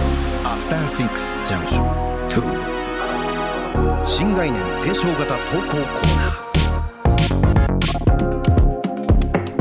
フターシックスジャンクション2新概念提唱型投稿コーナー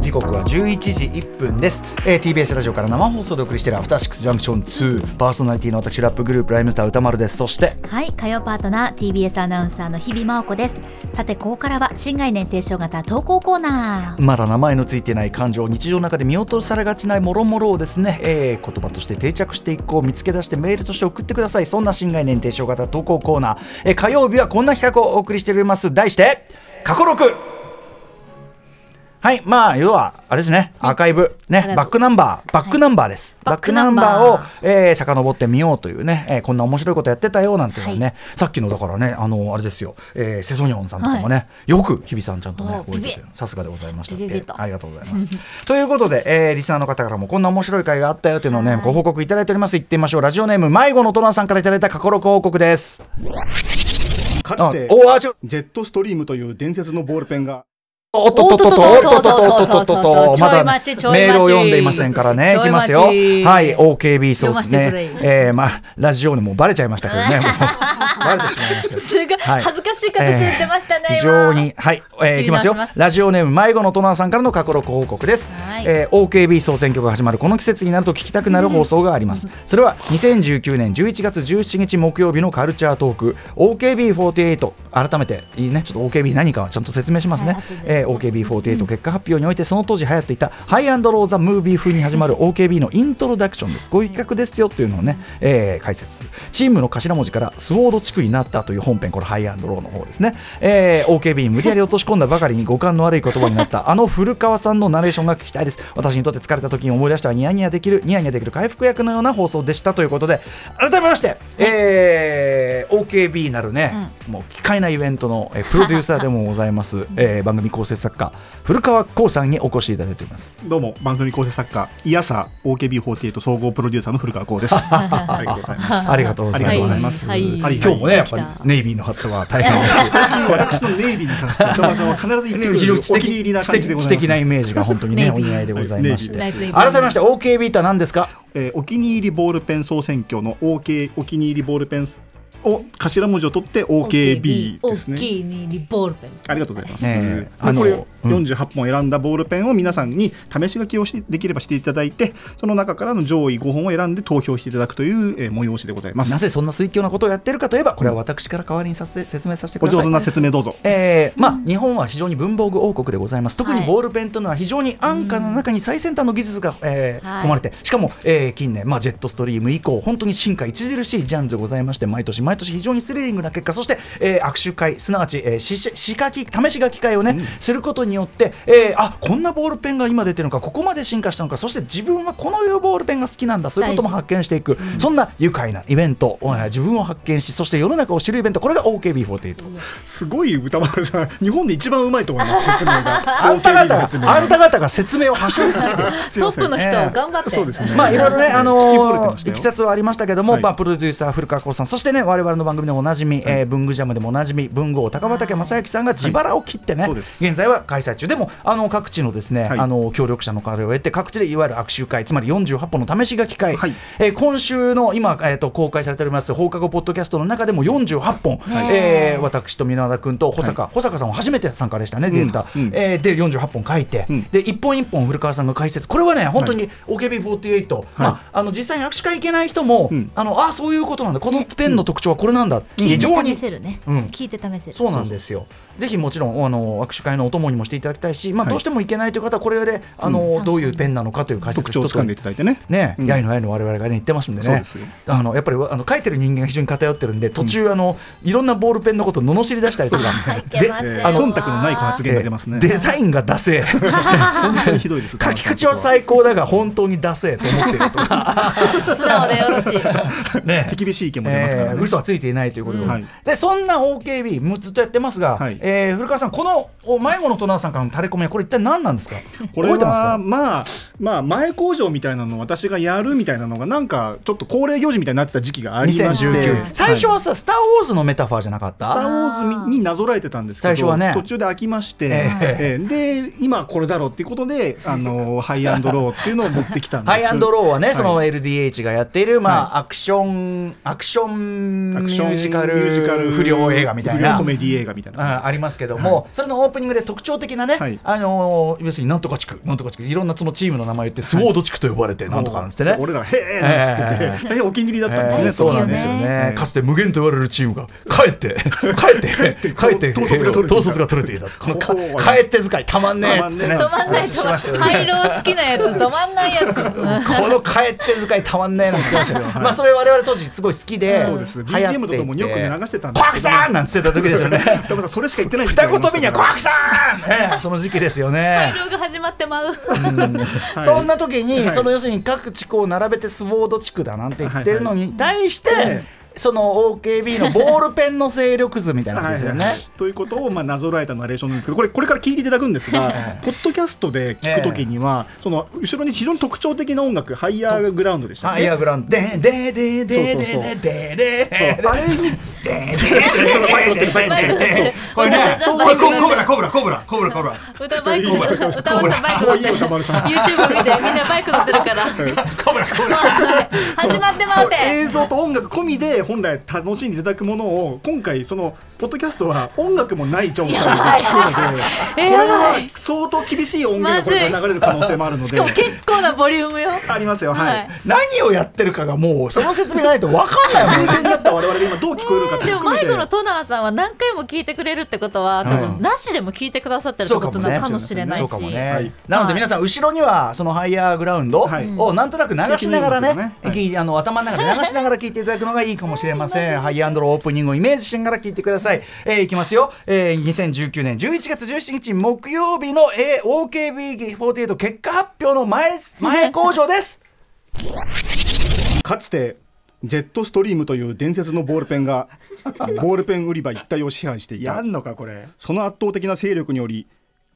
時刻は11時1分です、えー TBS ラジオから生放送でお送りしている「アフターシックスジャンクション2」パーソナリティの私ラップグループライムスター歌丸ですそしてはい火曜パートナー TBS アナウンサーの日々真央子ですさてここからは新概念提唱型投稿コーナーまだ名前のついてない感情日常の中で見落とされがちないもろもろをですね、えー言葉として定着していこう見つけ出してメールとして送ってくださいそんな新概念提唱型投稿コーナー、えー火曜日はこんな企画をお送りしております題して過去6はいまあ要はあれですねアーカイブアーカイねブバックナンバーバックナンバーです、ババッッククナナンンババーーをえー、遡ってみようというね、えーこんな面白いことやってたよなんていうのをね、はいさっきのだからねあのあれですよ、えーセソニョンさんとかもね、よく日比さんちゃんとねおー覚えててビビさすがでございました、ビビビとえーありがとうございますということで、えーリスナーの方からもこんな面白い回があったよというのをねご報告いただいております行ってみましょうラジオネーム迷子のトナさんからいただいた過去録報告ですかつてあおあちょジェットストリームという伝説のボールペンがおっとっとっとっとおっとっとっとっとっとっとちょまいだ待ちちょい待ちメールを読んでいませんからねちょいい待ちきますよはい OKB そうですね読ませてくえーまあラジオにもバレちゃいましたけ どねもうバレてしまいましたよすごいはい恥ずかしい形で出ましたね、えー非今常にはい、えー、いきます切りよ直しますラジオネーム迷子のトナーさんからの過去録報告です、はいえー OKB 総選挙が始まるこの季節になると聞きたくなる放送があります、それは2019年11月17日木曜日のカルチャートーク OKB48 改めていいねちょっと OKB 何かはちゃんと説明しますね、はい後でえー OKB48 結果発表においてその当時流行っていたハイアンドローザムービー風に始まる OKB のイントロダクションですこういう企画ですよっていうのをね、えー解説するチームの頭文字からスウォード地区になったという本編これハイアンドローの方ですね、えー OKB に無理やり落とし込んだばかりに五感の悪い言葉になったあの古川さんのナレーションが聞きたいです私にとって疲れた時に思い出したニヤニヤできるニヤニヤできる回復役のような放送でしたということで改めまして、えー OKB なるね、もう機械なイベントの、えープロデューサーでもござい ます、えー番組構成作家古川光さんにお越しいただいておりますどうも番組構成作家イヤサ OKB48 総合プロデューサーの古川光ですありがとうございますありがとうごあざりがとういござま、いますす、はいはいはい今日もねやっぱでりきたネイビーのハットは大 変私のネイビーに関して歌丸さんは必ず言ってくれるお気に入りな感じでご知ざい的まなすイメージが本当に ねネイおビー似合いでございましてはいネイビー改めまして OKB とは何ですかえーお気に入りボールペン総選挙の OK お気に入りボールペンを頭文字を取って OKB ですね大きいにリボールペンですありがとうございます。ねえであのこれうん48本選んだボールペンを皆さんに試し書きをしできればしていただいて、その中からの上位5本を選んで投票していただくという、えー催しでございます。なぜそんな推強なことをやってるかといえばこれは私から代わりにさせ説明させてくおださ上い手な説明どうぞ。えーまあ、日本は非常に文房具王国でございます特にはいボールペンというのは非常に安価な中に最先端の技術が、えーはい込まれてしかも、えー近年、まあ、ジェットストリーム以降本当に進化著しいジャンルでございまして毎年毎年非常にスリリングな結果そして、えー握手会すなわち、えー、しし仕掛け試し書き会をね、することによって、えーあこんなボールペンが今出てるのかここまで進化したのかそして自分はこのボールペンが好きなんだそういうことも大事発見していく、そんな愉快なイベントえー自分を発見しそして世の中を知るイベントこれが OKB48。すごい歌丸さん、日本で一番うまいと思い ます、説明が。あんた方 OKB のが説明、あんた方が説明を端折りすぎて。すいトまッせんプの人ええ頑張ってそうですね まあいろいろね、あ聞き惚れてのましたいよきさつはありましたけども、はいまあプロデューサー古川光さん、そしてね我々の番組でもおなじみ、えー文具ジャムでもおなじみ文豪高畑正幸さんが自腹を切ってね、そうです現在は開催中。でもあの各地のですね、はいあの協力者の方を得て各地でいわゆる握手会、つまり48本の試し書き会、はいえー今週の今えっ、と公開されております放課後ポッドキャストの中でも48本、えー私と箕和田君と保坂、保坂さんは初めて参加でしたね、ディレクター。うんうんえーで48本書いて、うんで一本一本古川さんが解説これはね本当に OKB48、まあ、あの実際に握手会行けない人も、うんあのあそういうことなんだこのペンの特徴はこれなんだ、非常聞いてに試せるね、うん聞いて試せるそうなんですよぜひもちろんあの握手会のお供にもしていただきたいし、まあ、はいどうしても行けないという方はこれであの、んどういうペンなのかという解説特徴をつかんでいただいてね。ね、うんやいのやいの我々がね言ってますんでそうねですよあのやっぱりあの書いてる人間が非常に偏ってるんで途中、あのいろんなボールペンのことを罵り出したりとかあいけでませんえーわ忖度のない発言が出ますね。デザインがダセえ本当にひどいです。書き口は最高だが本 当にダセえと思っているとか素直でよろしいね手厳しい意見も出ますからえね。ー嘘はがついていないということで,、うんはいでそんな OKB、もうずっとやってますが、はいえー古川さん、このお迷子のトナーさんからの垂れ込みは、これ、一体何なんですか、これ覚えてますはかまあまあ前工場みたいなのを私がやるみたいなのがなんかちょっと恒例行事みたいになってた時期がありまして2019最初はいはさ、スター・ウォーズのメタファーじゃなかっスタたー・ウォーズになぞらえてたんですけど最初はね途中で飽きまして、えええで今これだろうっていうことであのハイアンドローっていうのを持ってきたんですハイアンドローはね、はいその LDH がやっている、まあ、アクション、アクションミュアクションージカルミュージカル不良映画みたい不な良コ。メディ映画みたいな感じあですありますけども、それのオープニングで特徴的なね、はいあのー要するになんとか地区、なんとか地区、いろんなそのチームの名前言って、スウォード地区と呼ばれて、なんとかなんつってね、俺らが「へえ!」なんつってえて大変お気に入りだったんですね、えーそうなんのですよね、ええかつて無限と言われるチームが帰っ て帰って帰って統率が取れていた統率が取れていたこのかおー帰って使いたまんねえっつってねた止ま んない止まんない廃炉好きなやつ止まんないやつこの帰って使いたまんねえなんて言ってましたけど、まあそれ我々当時すごい好きでそうです流行ってい BGM とともによくね流してたんですけどコアクさんなんつってた時でしょうね高 田さんそれしか言ってない時期があ二り言ました目にはコアクさん、ね、その時期ですよね 廃炉が始まってまうはいそんな時に、はいその要するに各地区を並べてスウォード地区だなんて言ってるのに対して、えその OKB のボールペンの勢力図みたいなことですよね。ということをまあなぞらえたナレーションなんですけどこれこれから聞いていただくんですがポッドキャストで聞くときにはその後ろに非常に特徴的な音楽ハイヤーグラウンドでしたハね。イアーグラウンド、ででででででそうそうそうででそうあれにこれね、そうこれこそうコブラコブラコブラコブラコブラ。歌バイク歌丸さんバイク乗ってるもういいよ歌丸さん YouTube 見てみんなバイク乗ってるからコブラコブラ。 始まってまそうう映て像と音楽込みで本来楽しんでいただくものを今回そのポッドキャストは音楽もない状態で聞くのでえこれはやばい相当厳しい音源がこれから流れる可能性もあるのしでかも結構なボリュームよありますよはい。 何をやってるかがもうその説明がないとわかんないもん冷静になった我々が今どう聞こえるかってでも含め迷て子のトナーさんは何回も聞いてくれるってことは多分なしでも聞いてくださってるってことなのかもしれないそうしかもね、はいなので皆さん後ろにはそのハイヤーグラウンドはいをなんとなく流しながらね,、うんはいきあの頭の中で流しながら聞いていただくのがいいかもしれません ハイヤーローオープニングをイメージしながら聞いてください、えーいきますよ、えー2019年11月17日木曜日の、えー OKB48 結果発表の 前前交渉ですかつてジェットストリームという伝説のボールペン がボールペン売り場一帯を支配していやたんのかこれその圧倒的な勢力により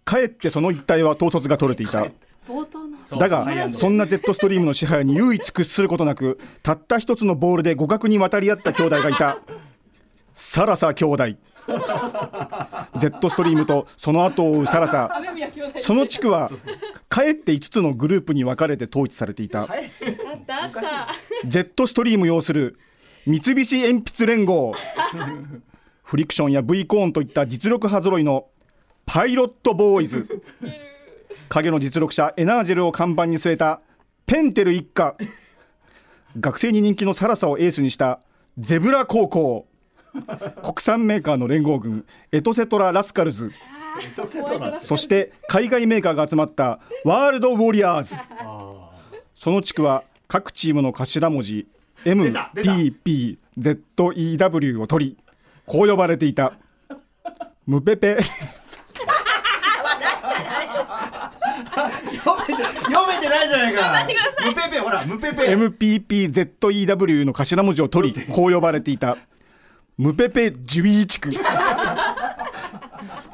かえってその一帯は統率が取れていただがそんなジェットストリームの支配に唯一屈することなくたった一つのボールで互角に渡り合った兄弟がいたサラサ兄弟ジェットストリームとその後を追うサラサその地区はかえって5つのグループに分かれて統治されていたジェットストリーム要する三菱鉛筆連合フリクションや V コーンといった実力派揃いのパイロットボーイズ影の実力者エナージェルを看板に据えたペンテル一家学生に人気のサラサをエースにしたゼブラ高校国産メーカーの連合軍エトセトラ・ラスカルズそして海外メーカーが集まったワールドウォリアーズその地区は各チームの頭文字 MPPZEW を取りこう呼ばれていたムペペ読めてないじゃないかムペペほらムペペ MPPZEW の頭文字を取りこう呼ばれていたムペペジュイー地区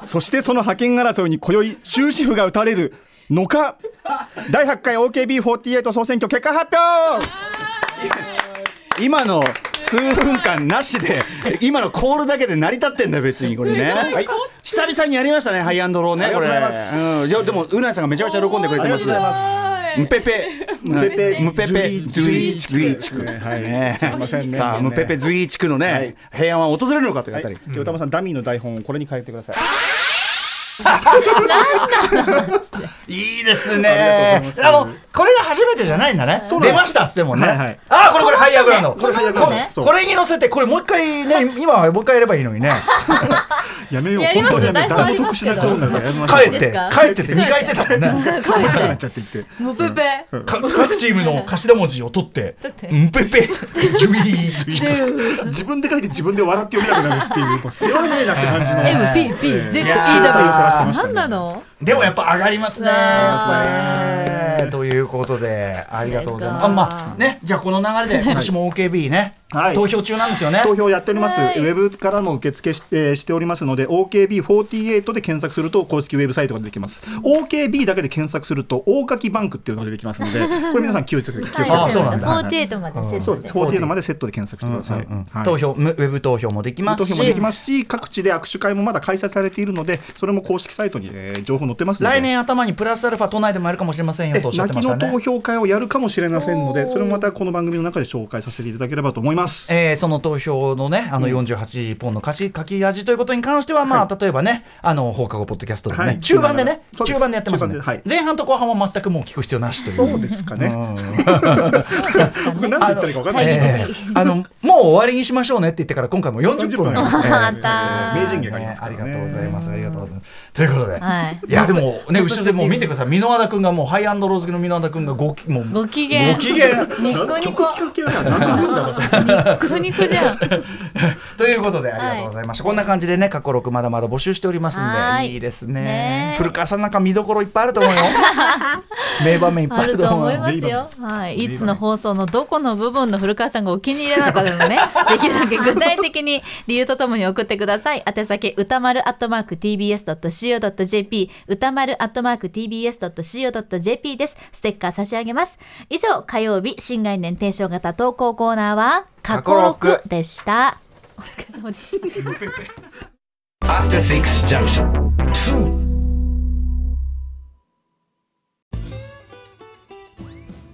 そしてその覇権争いに今宵終止符が打たれるのか第8回 OKB48 総選挙結果発表今の数分間なしで今のコールだけで成り立ってんだよ別にこれね、はい、久々にやりましたねハイアンドローねこれありがとうございますうん、いやでもうないさんがめちゃめちゃ喜んでくれてますムペペムペペムペペズイーチクねいませんねさあムペペズイーチクのね平安は訪れるのかというあたりで歌丸さんダミーの台本をこれに変えてくださいいいですね。あの、これが初めてじゃないんだね。出ましたっつってもね。はいはいああ、これこれ、ハイアーグラウンド。これハイアーグラウンドねここれに乗せて、これもう一回ね、今はもう一回やればいいのにね。やめようやります本当にやめよう台本あ誰りもま得すしけどなく音楽やめましょ帰うってですか、帰ってって2回言ってたもんね。面白くなっちゃっていってムペペか各チームの頭文字を取ってだって、んぺぺ、ジュイーズイーズ 自分で書いて自分で笑って読めなくなるっていうこう強いねなって感じの MPPZEW いやー何なのでもやっぱ上がりますね。上がねということで、ありがとうございます。あありがとうまあね、じゃあこの流れで、今年も OKB ね、はい投票中なんですよね。投票やっております、ウェブからも受付し,、えーしておりますので OKB48 で検索すると公式ウェブサイトが出てきます OKB だけで検索すると大垣バンクっていうのが出てきますのでこれ皆さん気をつけて気をつけてあそうなんだ48までセットでそうです48までセットで検索してください、はい投票むウェブ投票もできます投し票もできますし各地で握手会もまだ開催されているのでそれも公式サイトに、えー情報載ってますので来年頭にプラスアルファ都内でもやるかもしれませんよとおっしゃっ泣てきましたの投ね。票会をやるかもしれませんのでそれもまたこの番組の中で紹介させていただければと思いますえーその投票のね、あの48本のかし、書き味ということに関しては、まあ、例えばね、あの、放課後ポッドキャストでね、はい中盤でね、そうです中盤でやってますね、中盤ではい前半と後半は全くもう聞く必要なしという。そうですかね、 僕何て言ったらいいか分かんない、えーあの、もう終わりにしましょうねって言ってから、今回も40 40分分 ありあまりますすねまね。た名人芸がありますあからりねがとうございます。ありがとうございます。ということで、はいいやでもね後ろでもう見てください。箕輪田君がもうハイアンドローズの箕輪田君がごきもうご機嫌ご機嫌ニッコニコきっかけは何なんだろうニッコニコじゃんということでありがとうございました。こんな感じでね過去6まだまだ募集しておりますんはでいいいですねね。古川さんなんか見どころいっぱいあると思うよ。名場面いっぱいああるるとと思思ういよ。ますよ。はい、いつの放送のどこの部分の古川さんがお気に入りなのかで もね、できるだけ具体的に理由とともに送ってください。宛先歌丸アットマーク TBS ドット CO ドット JP 歌丸アットマーク TBS ドット CO ドット JP です。ステッカー差し上げます。以上火曜日新概念提唱型投稿コーナーは過去六でした。お疲れ様でした。 After Six Junction 2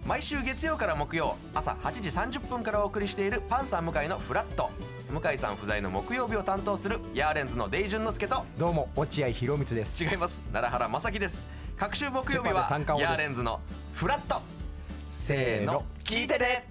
毎週月曜から木曜朝8時30分からお送りしているパンサー向井のフラット向井さん不在の木曜日を担当するヤーレンズのデイジュンの之介とどうも落合博満です違います奈良原雅樹です各週木曜日セパはで三冠王でヤーすレンズのフラットせーの聞いてね